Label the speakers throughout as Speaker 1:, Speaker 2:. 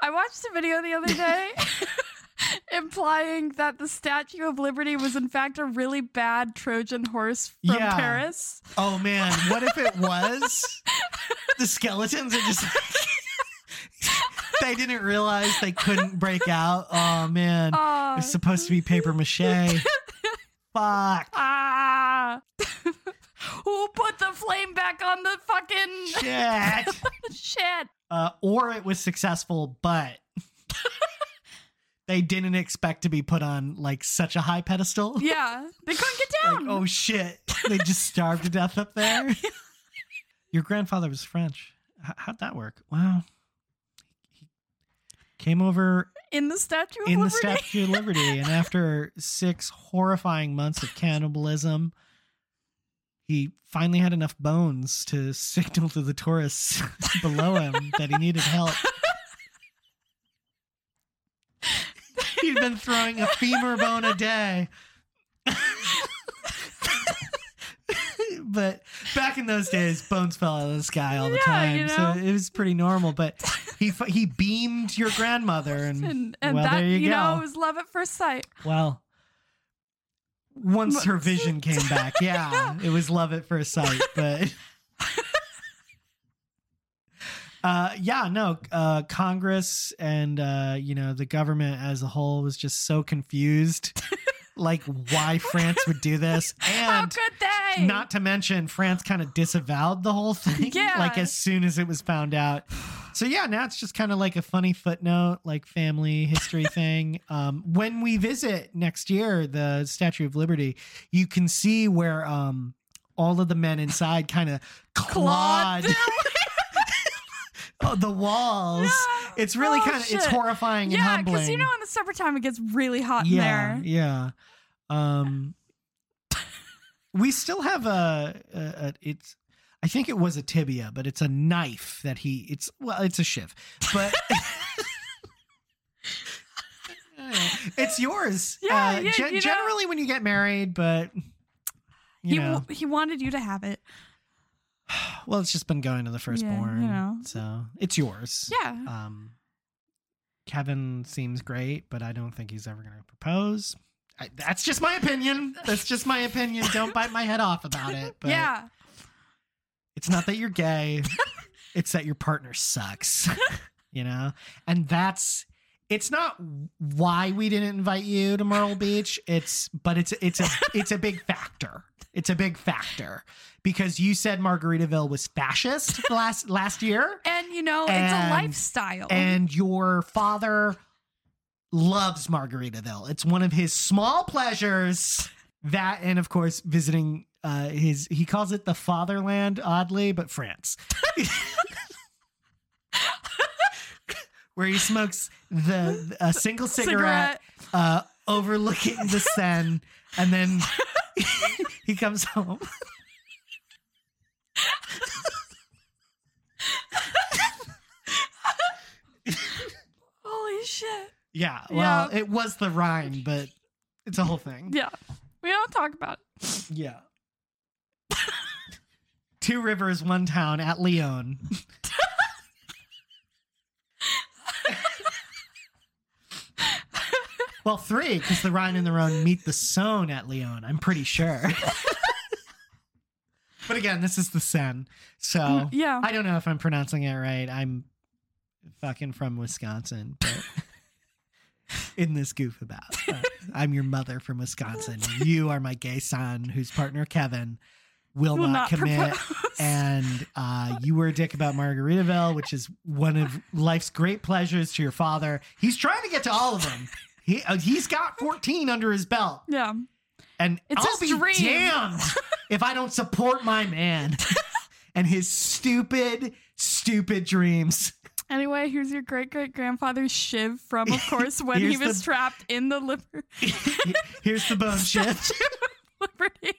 Speaker 1: I watched a video the other day implying that the Statue of Liberty was in fact a really bad Trojan horse from
Speaker 2: Yeah.
Speaker 1: Paris.
Speaker 2: Oh man, what if it was? the skeletons are just They didn't realize they couldn't break out. Oh man.
Speaker 1: Oh.
Speaker 2: it's supposed to be paper mache. Fuck.
Speaker 1: Ah. Who put the flame back on the fucking
Speaker 2: Shit.
Speaker 1: shit?
Speaker 2: Uh, or it was successful, but they didn't expect to be put on like such a high pedestal.
Speaker 1: Yeah. They couldn't get
Speaker 2: Like,
Speaker 1: down.
Speaker 2: oh shit. They just starved to death up there. Your grandfather was French. H- how'd that work? Wow. He came over
Speaker 1: in the Statue of
Speaker 2: in the
Speaker 1: Liberty.
Speaker 2: Statue of Liberty, and after six horrifying months of cannibalism, he finally had enough bones to signal to the tourists below him that he needed help. He'd been throwing a femur bone a day. but back in those days, bones fell out of the sky all the
Speaker 1: Yeah,
Speaker 2: time,
Speaker 1: you
Speaker 2: so
Speaker 1: know.
Speaker 2: it was pretty normal. But he f- he beamed your grandmother, and,
Speaker 1: and and
Speaker 2: well,
Speaker 1: that
Speaker 2: there
Speaker 1: you,
Speaker 2: you, go.
Speaker 1: know it was love at first sight.
Speaker 2: Well, once her
Speaker 1: Once-
Speaker 2: vision came back, yeah, it was love at first sight. But uh, yeah, no, uh, Congress and uh, you know the government as a whole was just so confused, like why France would do this,
Speaker 1: How
Speaker 2: and
Speaker 1: could they?
Speaker 2: not to mention France kind of disavowed the whole thing,
Speaker 1: Yeah.
Speaker 2: like as soon as it was found out. So yeah, now it's just kind of like a funny footnote, like family history thing. Um, when we visit next year the Statue of Liberty, you can see where um, all of the men inside kind of clawed Oh,
Speaker 1: Claude.
Speaker 2: the walls.
Speaker 1: Yeah.
Speaker 2: It's really
Speaker 1: Oh,
Speaker 2: kind of it's
Speaker 1: shit.
Speaker 2: horrifying and
Speaker 1: yeah,
Speaker 2: humbling.
Speaker 1: because you know in the summertime it gets really hot
Speaker 2: yeah,
Speaker 1: in there.
Speaker 2: Yeah. Um we still have a, a, a it's I think it was a tibia, but it's a knife that he it's well it's a shiv. But it's yours. Uh,
Speaker 1: Yeah, yeah,
Speaker 2: gen-
Speaker 1: you know-
Speaker 2: generally when you get married, but you
Speaker 1: he
Speaker 2: know,
Speaker 1: w- he wanted you to have it.
Speaker 2: well, it's just been going to the firstborn,
Speaker 1: you know.
Speaker 2: so it's yours.
Speaker 1: Yeah.
Speaker 2: Um, Kevin seems great, but I don't think he's ever going to propose. I, that's just my opinion. That's just my opinion. Don't bite my head off about it. But
Speaker 1: yeah.
Speaker 2: it's not that you're gay. it's that your partner sucks. you know, and that's it's not why we didn't invite you to Myrtle Beach. It's but it's it's a it's a big factor. It's a big factor because you said Margaritaville was fascist last last year.
Speaker 1: And you know, it's a
Speaker 2: And-
Speaker 1: lifestyle.
Speaker 2: And your father loves Margaritaville. It's one of his small pleasures. That and of course visiting uh his he calls it the fatherland oddly, but France. Where he smokes the a single cigarette, uh overlooking the Seine and then he comes home.
Speaker 1: Holy shit.
Speaker 2: Yeah, well,
Speaker 1: Yeah.
Speaker 2: it was the Rhine, but it's a whole thing.
Speaker 1: Yeah. We don't talk about it.
Speaker 2: Yeah. Two rivers, one town at Leon. well, three, because the Rhine and the Rhone meet the Saône at Leon, I'm pretty sure. but again, this is the Seine. So
Speaker 1: Mm, Yeah.
Speaker 2: Oh. I don't know if I'm pronouncing it right. I'm fucking from Wisconsin, but in this goof about. Uh, I'm your mother from Wisconsin. You are my gay son, whose partner Kevin will,
Speaker 1: Will
Speaker 2: not,
Speaker 1: not
Speaker 2: commit.
Speaker 1: propose.
Speaker 2: And uh, you were a dick about Margaritaville, which is one of life's great pleasures to your father. He's trying to get to all of them. He, uh, he's got 14 under his belt.
Speaker 1: yeah.
Speaker 2: And
Speaker 1: It's
Speaker 2: I'll
Speaker 1: his
Speaker 2: be
Speaker 1: dream.
Speaker 2: damned if I don't support my man and his stupid, stupid dreams.
Speaker 1: Anyway, here's your great great grandfather's shiv from, of course, when he
Speaker 2: Here's
Speaker 1: was
Speaker 2: the-
Speaker 1: trapped in the liber-
Speaker 2: Here's the bone shift.
Speaker 1: liberty.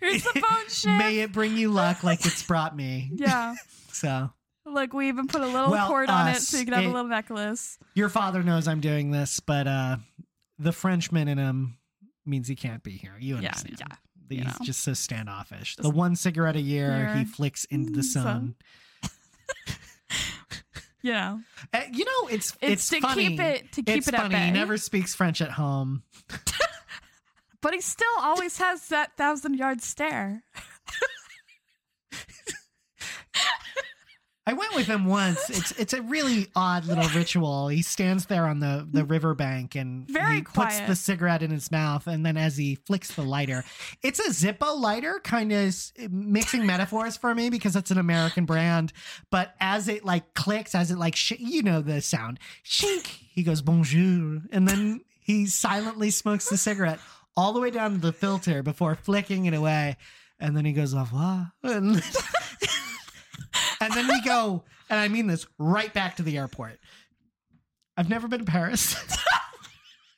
Speaker 1: Here's the bone shiv.
Speaker 2: May it bring you luck like it's brought me.
Speaker 1: yeah.
Speaker 2: So
Speaker 1: Look, we even put a little
Speaker 2: Well,
Speaker 1: cord on
Speaker 2: uh,
Speaker 1: it so you can have
Speaker 2: it-
Speaker 1: a little necklace.
Speaker 2: your father knows I'm doing this, but uh the Frenchman in him means he can't be here. You
Speaker 1: Yeah,
Speaker 2: understand.
Speaker 1: yeah,
Speaker 2: He's
Speaker 1: you know.
Speaker 2: just so standoffish. The one cigarette a year
Speaker 1: Year.
Speaker 2: he flicks into the
Speaker 1: Mm,
Speaker 2: sun.
Speaker 1: sun. you know,
Speaker 2: Uh, you know, it's
Speaker 1: it's,
Speaker 2: it's,
Speaker 1: to
Speaker 2: funny.
Speaker 1: keep it to keep
Speaker 2: it's
Speaker 1: it at
Speaker 2: funny.
Speaker 1: bay.
Speaker 2: He never speaks French at home.
Speaker 1: But he still always has that thousand yard stare.
Speaker 2: I went with him once. It's it's a really odd little ritual. He stands there on the the riverbank and
Speaker 1: Very
Speaker 2: he puts
Speaker 1: quiet.
Speaker 2: the cigarette in his mouth, and then as he flicks the lighter, it's a Zippo lighter, kind of mixing metaphors for me because it's an American brand. But as it like clicks, as it like sh- you know the sound shink, he goes bonjour, and then he silently smokes the cigarette all the way down to the filter before flicking it away, and then he goes au revoir. And and then we go, and I mean this, right back to the airport. I've never been to Paris.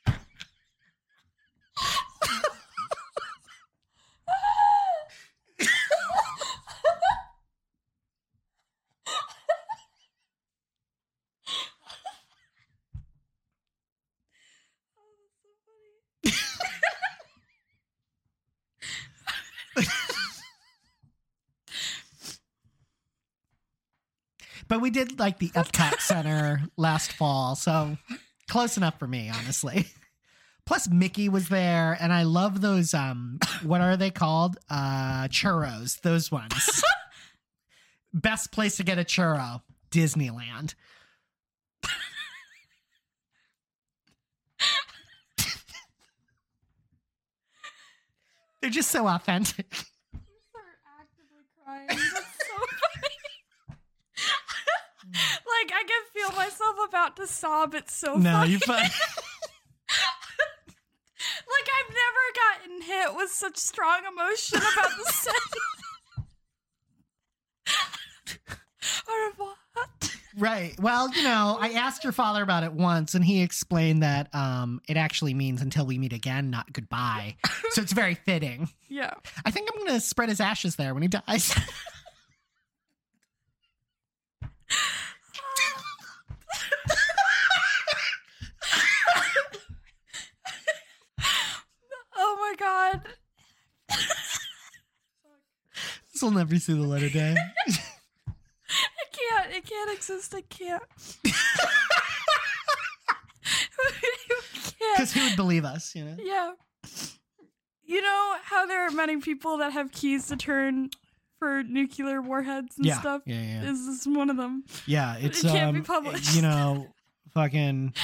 Speaker 2: But we did like the Epcot Center last fall, so close enough for me, honestly. Plus Mickey was there, and I love those um what are they called? Uh churros, those ones. Best place to get a churro, Disneyland. They're just so authentic.
Speaker 1: actively crying. That's so funny. like I can feel myself about to sob. It's so
Speaker 2: No,
Speaker 1: funny.
Speaker 2: you fun-
Speaker 1: Like I've never gotten hit with such strong emotion about the set. Au revoir.
Speaker 2: Right. Well, you know, I asked your father about it once, and he explained that um, it actually means until we meet again, not goodbye. So it's very fitting.
Speaker 1: Yeah.
Speaker 2: I think I'm going to spread his ashes there when he dies.
Speaker 1: Oh my god.
Speaker 2: this will never see the light of day.
Speaker 1: It can't. It can't exist. It can't. it can't.
Speaker 2: Because who would believe us, you know?
Speaker 1: Yeah. You know how there are many people that have keys to turn for nuclear warheads and
Speaker 2: Yeah.
Speaker 1: stuff?
Speaker 2: Yeah, yeah.
Speaker 1: Is this one of them?
Speaker 2: Yeah, it's
Speaker 1: can't
Speaker 2: um,
Speaker 1: be published.
Speaker 2: You know, fucking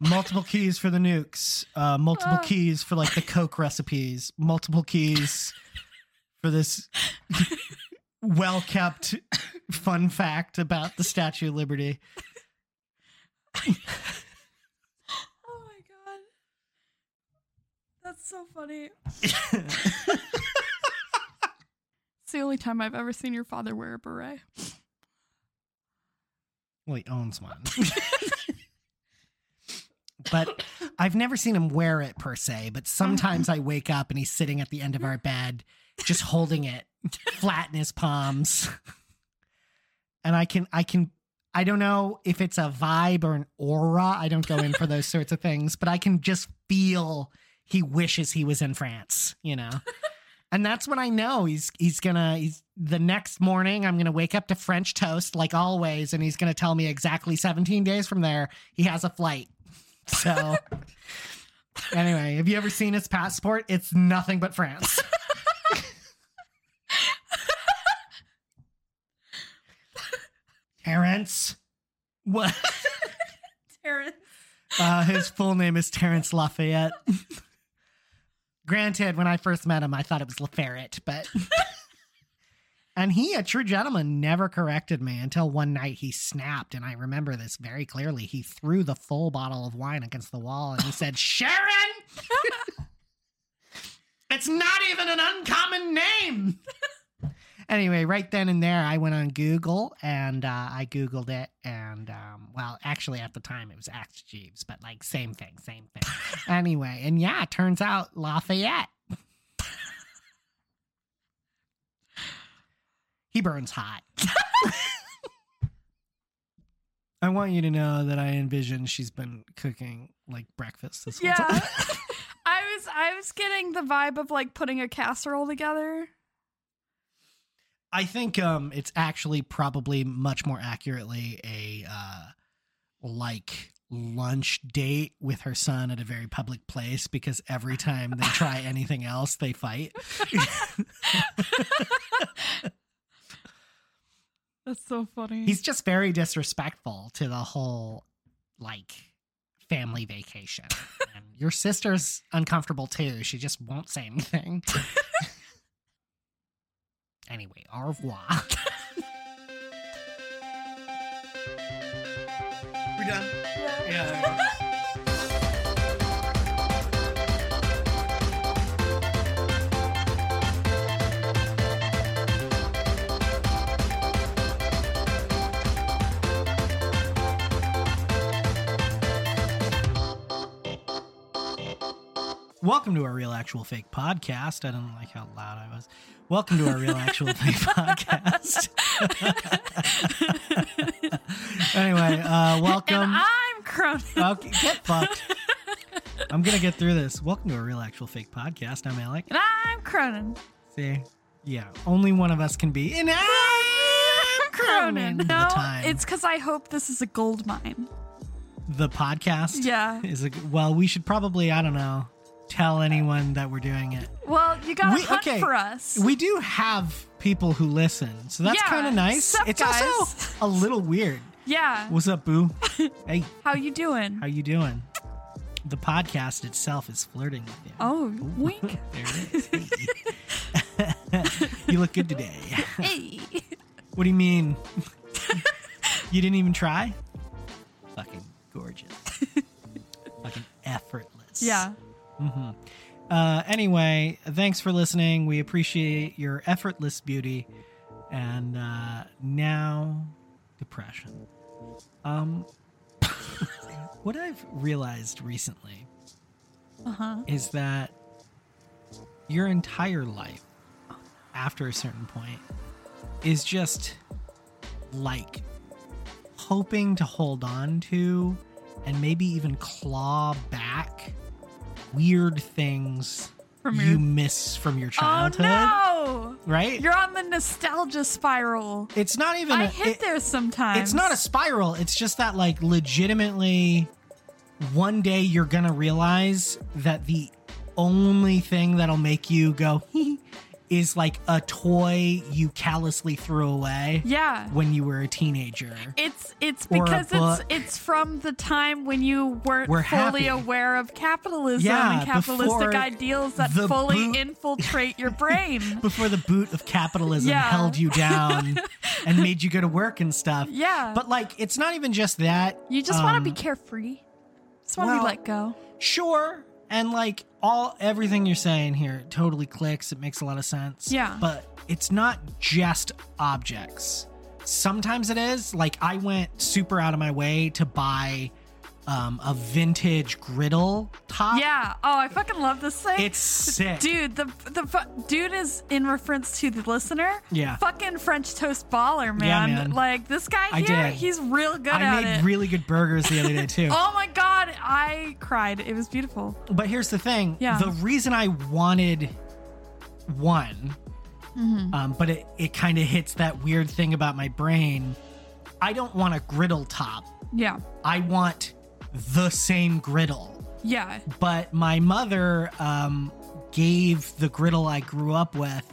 Speaker 2: multiple keys for the nukes, uh, multiple
Speaker 1: Oh.
Speaker 2: keys for like the Coke recipes, multiple keys for this well kept fun fact about the Statue of Liberty.
Speaker 1: Oh my god. That's so funny. It's the only time I've ever seen your father wear a beret.
Speaker 2: well, he owns one. But I've never seen him wear it per se. But sometimes I wake up and he's sitting at the end of our bed, just holding it flat in his palms. And I can, I can, I don't know if it's a vibe or an aura. I don't go in for those sorts of things, but I can just feel he wishes he was in France, you know? And that's when I know he's he's gonna he's the next morning I'm gonna wake up to French toast like always and he's gonna tell me exactly 17 days from there he has a flight. So anyway, have you ever seen his passport? It's nothing but France. Terrence. What
Speaker 1: Terrence.
Speaker 2: uh, his full name is Terrence Lafayette. Granted, when I first met him, I thought it was LaFerret, but. and he, a true gentleman, never corrected me until one night he snapped, and I remember this very clearly. He threw the full bottle of wine against the wall and he said, Sharon! it's not even an uncommon name! Anyway, right then and there, I went on Google and uh, I Googled it. And, um, well, actually, at the time, it was Axe Jeeves, but like, same thing, same thing. anyway, and yeah, it turns out Lafayette. he burns hot. I want you to know that I envision she's been cooking like breakfast this whole
Speaker 1: Yeah.
Speaker 2: time.
Speaker 1: I was I was getting the vibe of like putting a casserole together.
Speaker 2: I think um, it's actually probably much more accurately a uh, like lunch date with her son at a very public place because every time they try anything else, they fight.
Speaker 1: That's so funny.
Speaker 2: He's just very disrespectful to the whole like family vacation. and your sister's uncomfortable too. She just won't say anything. anyway, au revoir. We're done. Yeah. Welcome to our real actual fake podcast. I don't like how loud I was. Welcome to our real actual fake podcast. anyway, uh, welcome.
Speaker 1: And I'm Cronin.
Speaker 2: Okay, get fucked. I'm gonna get through this. Welcome to a real, actual, fake podcast. I'm Alec.
Speaker 1: And I'm Cronin.
Speaker 2: See, yeah, only one of us can be. And I'm Cronin. The
Speaker 1: No,
Speaker 2: time.
Speaker 1: it's because I hope this is a gold mine.
Speaker 2: the podcast.
Speaker 1: Yeah.
Speaker 2: is a well. We should probably I don't know tell anyone that we're doing it.
Speaker 1: Well, you gotta
Speaker 2: We-
Speaker 1: hunt
Speaker 2: okay.
Speaker 1: for us.
Speaker 2: We do have people who listen, so that's
Speaker 1: Yeah,
Speaker 2: kind of nice.
Speaker 1: sup,
Speaker 2: it's also
Speaker 1: guys.
Speaker 2: a little weird.
Speaker 1: yeah.
Speaker 2: What's up, boo? hey,
Speaker 1: How you doing?
Speaker 2: how you doing? The podcast itself is flirting with you.
Speaker 1: oh, wink.
Speaker 2: There it is. Hey. you look good today.
Speaker 1: hey.
Speaker 2: What do you mean? you didn't even try? Fucking gorgeous. Fucking effortless.
Speaker 1: Yeah.
Speaker 2: Uh, anyway, thanks for listening. We appreciate your effortless beauty. And uh, now, depression. Um, what I've realized recently
Speaker 1: Uh huh.
Speaker 2: is that your entire life after a certain point is just like hoping to hold on to and maybe even claw back weird things
Speaker 1: From
Speaker 2: you
Speaker 1: your-
Speaker 2: miss from your
Speaker 1: Oh
Speaker 2: childhood
Speaker 1: no!
Speaker 2: right
Speaker 1: You're on the nostalgia spiral.
Speaker 2: it's not even
Speaker 1: I
Speaker 2: a-
Speaker 1: hit
Speaker 2: it-
Speaker 1: there sometimes.
Speaker 2: it's not a spiral it's just that like legitimately one day you're gonna realize that the only thing that'll make you go is like a toy you callously threw away
Speaker 1: Yeah.
Speaker 2: when you were a teenager
Speaker 1: It's it's
Speaker 2: Or a
Speaker 1: because it's
Speaker 2: book.
Speaker 1: it's from the time when you weren't
Speaker 2: We're
Speaker 1: fully
Speaker 2: happy.
Speaker 1: aware of capitalism
Speaker 2: Yeah,
Speaker 1: and capitalistic
Speaker 2: before
Speaker 1: ideals that
Speaker 2: the
Speaker 1: fully
Speaker 2: boot-
Speaker 1: infiltrate your brain.
Speaker 2: before the boot of capitalism
Speaker 1: Yeah.
Speaker 2: held you down and made you go to work and stuff
Speaker 1: Yeah.
Speaker 2: but like it's not even just that
Speaker 1: you just want to be
Speaker 2: um,
Speaker 1: carefree. Just want to
Speaker 2: well,
Speaker 1: be let go.
Speaker 2: sure and like all everything you're saying here totally clicks it makes a lot of sense
Speaker 1: Yeah.
Speaker 2: but it's not just objects sometimes it is like i went super out of my way to buy um, a vintage griddle top
Speaker 1: Yeah. Oh, I fucking love this thing.
Speaker 2: it's sick
Speaker 1: Dude, the the fu- dude is in reference to the listener.
Speaker 2: Yeah.
Speaker 1: fucking French toast baller, man.
Speaker 2: man.
Speaker 1: Like this guy
Speaker 2: I
Speaker 1: here,
Speaker 2: did.
Speaker 1: he's real good
Speaker 2: i
Speaker 1: at
Speaker 2: made
Speaker 1: it.
Speaker 2: really good burgers the other day too
Speaker 1: oh my god, I cried. It was beautiful.
Speaker 2: but here's the thing
Speaker 1: Yeah.
Speaker 2: the reason i wanted one um, but it, it kind of hits that weird thing about my brain i don't want a griddle top
Speaker 1: Yeah,
Speaker 2: I want the same griddle.
Speaker 1: yeah.
Speaker 2: But my mother um, gave the griddle I grew up with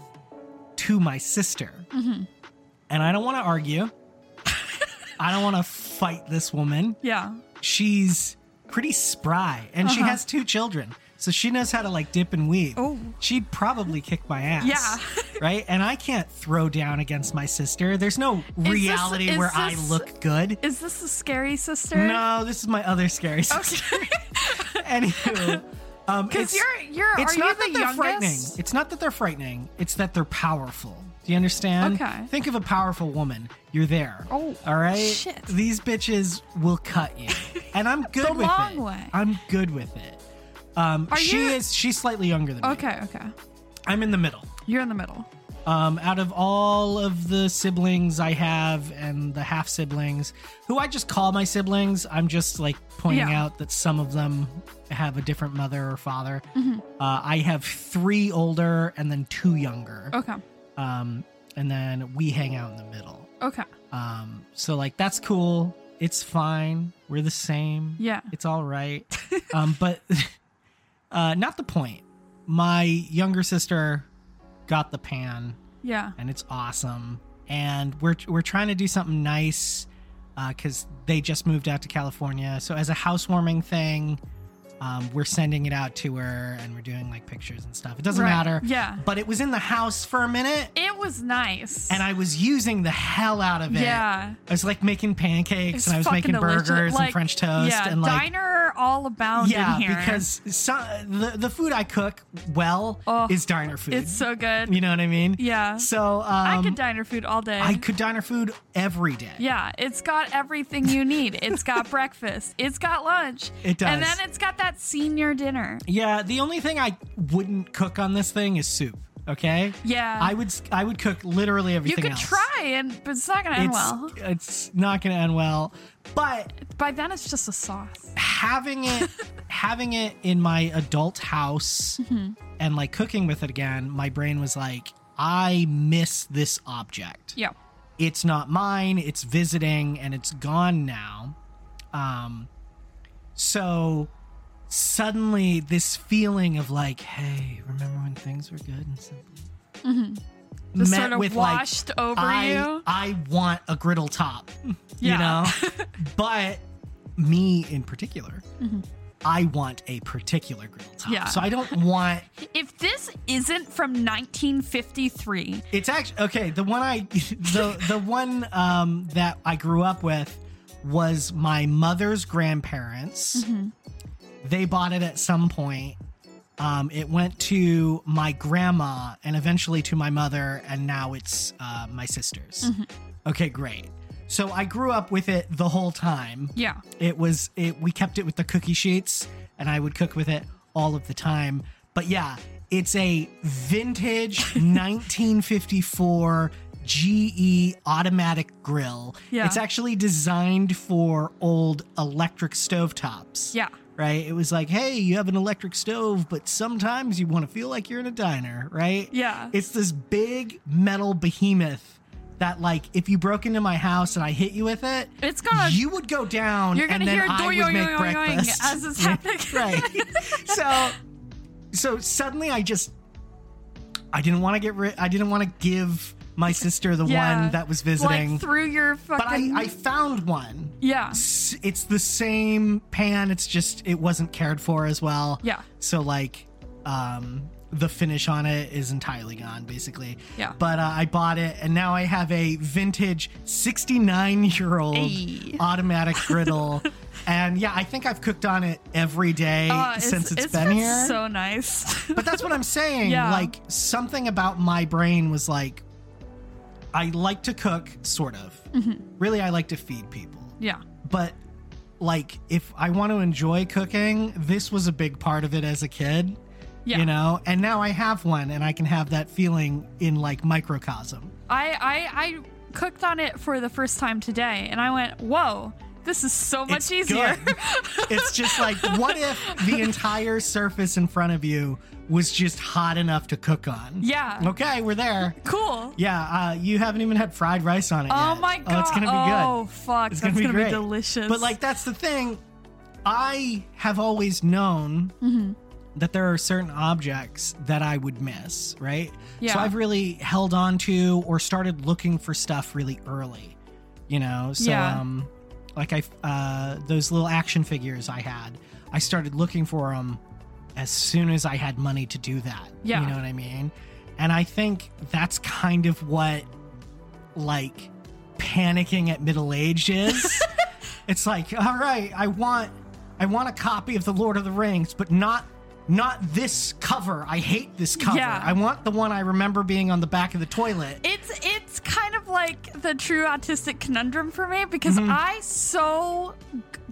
Speaker 2: to my sister. And I don't want to argue. I don't want to fight this woman.
Speaker 1: Yeah.
Speaker 2: She's pretty spry and she
Speaker 1: Uh-huh.
Speaker 2: has two children. So she knows how to like dip and weave.
Speaker 1: Oh.
Speaker 2: She'd probably kick my ass.
Speaker 1: Yeah.
Speaker 2: right? And I can't throw down against my sister. There's no
Speaker 1: this-
Speaker 2: reality
Speaker 1: is
Speaker 2: where I
Speaker 1: this-
Speaker 2: look good.
Speaker 1: Is this the scary sister?
Speaker 2: No, this is my other scary sister.
Speaker 1: Okay.
Speaker 2: Anywho, um,
Speaker 1: Because
Speaker 2: it's,
Speaker 1: you're you're
Speaker 2: it's
Speaker 1: are
Speaker 2: not
Speaker 1: you
Speaker 2: that
Speaker 1: the
Speaker 2: they're
Speaker 1: youngest?
Speaker 2: frightening. It's not that they're frightening. It's that they're powerful. Do you understand?
Speaker 1: Okay.
Speaker 2: Think of a powerful woman. You're there.
Speaker 1: Oh,
Speaker 2: all right.
Speaker 1: shit.
Speaker 2: These bitches will cut you, and I'm good
Speaker 1: The
Speaker 2: with
Speaker 1: long
Speaker 2: it.
Speaker 1: way.
Speaker 2: I'm good with it. Um,
Speaker 1: Are
Speaker 2: she
Speaker 1: you-
Speaker 2: is. She's slightly younger than me.
Speaker 1: Okay, okay.
Speaker 2: I'm in the middle.
Speaker 1: You're in the middle.
Speaker 2: Um, out of all of the siblings I have and the half siblings, who I just call my siblings, I'm just like pointing
Speaker 1: Yeah.
Speaker 2: out that some of them have a different mother or
Speaker 1: Mm-hmm. Oh.
Speaker 2: father. Uh, I have three older and then two younger.
Speaker 1: Okay.
Speaker 2: Um, and then we hang out in the middle.
Speaker 1: Okay.
Speaker 2: Um, so like that's cool. It's fine. We're the same.
Speaker 1: Yeah.
Speaker 2: It's all right. um, but uh, not the point. My younger sister got the pan,
Speaker 1: Yeah.
Speaker 2: and it's awesome. And we're we're trying to do something nice because they just moved out to California. So as a housewarming thing, um, we're sending it out to her, and we're doing like pictures and stuff. It doesn't
Speaker 1: Right.
Speaker 2: matter.
Speaker 1: Yeah.
Speaker 2: But it was in the house for a minute,
Speaker 1: It was nice.
Speaker 2: and I was using the hell out of it.
Speaker 1: Yeah.
Speaker 2: I was like making pancakes
Speaker 1: It's
Speaker 2: and I was
Speaker 1: fucking
Speaker 2: making
Speaker 1: delicious.
Speaker 2: burgers
Speaker 1: Like,
Speaker 2: and French toast
Speaker 1: yeah,
Speaker 2: and like
Speaker 1: diner all abound
Speaker 2: yeah,
Speaker 1: in here.
Speaker 2: because so, the the food I cook well
Speaker 1: Oh,
Speaker 2: is diner food.
Speaker 1: it's so good.
Speaker 2: you know what I mean.
Speaker 1: Yeah.
Speaker 2: So um,
Speaker 1: I could diner food all day.
Speaker 2: I could diner food every day.
Speaker 1: yeah, it's got everything you need. It's got breakfast. It's got lunch.
Speaker 2: It does.
Speaker 1: And then it's got that senior dinner.
Speaker 2: Yeah, The only thing I wouldn't cook on this thing is soup. Okay.
Speaker 1: Yeah.
Speaker 2: I would s- I would cook literally
Speaker 1: you
Speaker 2: everything
Speaker 1: could
Speaker 2: else.
Speaker 1: try and but it's not gonna end
Speaker 2: It's
Speaker 1: well.
Speaker 2: it's not going to end well, but
Speaker 1: By then it's just a sauce.
Speaker 2: having it having it in my adult house
Speaker 1: Mm-hmm.
Speaker 2: and like cooking with it again my brain was like i miss this object
Speaker 1: Yeah.
Speaker 2: it's not mine it's visiting and it's gone now um so suddenly this feeling of like hey remember when things were good and simple
Speaker 1: Just
Speaker 2: met
Speaker 1: sort of
Speaker 2: with like,
Speaker 1: washed over
Speaker 2: I,
Speaker 1: you.
Speaker 2: I want a griddle top, you
Speaker 1: Yeah.
Speaker 2: know? but me in particular, I want a particular griddle top.
Speaker 1: Mm-hmm. Yeah.
Speaker 2: So I don't want,
Speaker 1: If this isn't from 1953,
Speaker 2: it's actually, okay, the one I, the, the one um, that I grew up with was my mother's grandparents. They bought it at some point. Um, it went to my grandma and eventually to my mother, and now it's uh, my sister's. Okay, great. So I grew up with it the whole time.
Speaker 1: yeah.
Speaker 2: It was it we kept it with the cookie sheets, and I would cook with it all of the time. But yeah, it's a vintage 1954 GE E automatic grill.
Speaker 1: Yeah.
Speaker 2: It's actually designed for old electric stovetops
Speaker 1: Yeah.
Speaker 2: right? It was like, hey, you have an electric stove, but sometimes you want to feel like you're in a diner, right?
Speaker 1: Yeah.
Speaker 2: It's this big metal behemoth that, like, if you broke into my house and I hit you with it,
Speaker 1: It's gonna
Speaker 2: you would go down
Speaker 1: You're
Speaker 2: and
Speaker 1: gonna
Speaker 2: then
Speaker 1: hear
Speaker 2: I
Speaker 1: doing,
Speaker 2: would
Speaker 1: doing,
Speaker 2: make
Speaker 1: doing, doing
Speaker 2: breakfast.
Speaker 1: as it's happening.
Speaker 2: right. So, so suddenly I just, I didn't want to get rid, I didn't want to give my sister the
Speaker 1: Yeah.
Speaker 2: one that was visiting.
Speaker 1: like through your
Speaker 2: but
Speaker 1: fucking
Speaker 2: I, I found one
Speaker 1: yeah
Speaker 2: s- it's the same pan it's just it wasn't cared for as well
Speaker 1: Yeah.
Speaker 2: so like um the finish on it is entirely gone basically
Speaker 1: Yeah.
Speaker 2: but uh, i bought it and now i have a vintage 69 year old
Speaker 1: Ay.
Speaker 2: automatic griddle and yeah i think i've cooked on it every day
Speaker 1: Uh,
Speaker 2: since it's been, here
Speaker 1: so nice.
Speaker 2: but that's what i'm saying
Speaker 1: Yeah.
Speaker 2: like something about my brain was like i like to cook sort of
Speaker 1: Mm-hmm.
Speaker 2: really i like to feed people
Speaker 1: yeah,
Speaker 2: but like if I want to enjoy cooking, this was a big part of it as a kid.
Speaker 1: yeah.
Speaker 2: You know, and now I have one and I can have that feeling in like microcosm.
Speaker 1: I, I I cooked on it for the first time today, and I went, "Whoa, this is so much
Speaker 2: It's
Speaker 1: easier."
Speaker 2: good. it's just like what if the entire surface in front of you was just hot enough to cook on?
Speaker 1: Yeah.
Speaker 2: Okay, we're there.
Speaker 1: cool.
Speaker 2: Yeah, uh, you haven't even had fried rice on it
Speaker 1: Oh
Speaker 2: yet.
Speaker 1: my god!
Speaker 2: it's gonna be good.
Speaker 1: oh fuck!
Speaker 2: It's
Speaker 1: That's
Speaker 2: gonna be great.
Speaker 1: delicious.
Speaker 2: But like that's the thing. I have always known
Speaker 1: Mm-hmm.
Speaker 2: that there are certain objects that I would miss, right?
Speaker 1: Yeah.
Speaker 2: So I've really held on to or started looking for stuff really early. You know, so
Speaker 1: Yeah.
Speaker 2: um like I uh those little action figures I had, I started looking for them as soon as I had money to do that.
Speaker 1: Yeah.
Speaker 2: You know what I mean? And I think that's kind of what like panicking at middle age is. it's like, all right, I want I want a copy of The Lord of the Rings, but not not this cover. I hate this cover.
Speaker 1: Yeah.
Speaker 2: I want the one I remember being on the back of the toilet.
Speaker 1: It's it's kind of like the true autistic conundrum for me because
Speaker 2: Mm-hmm.
Speaker 1: I so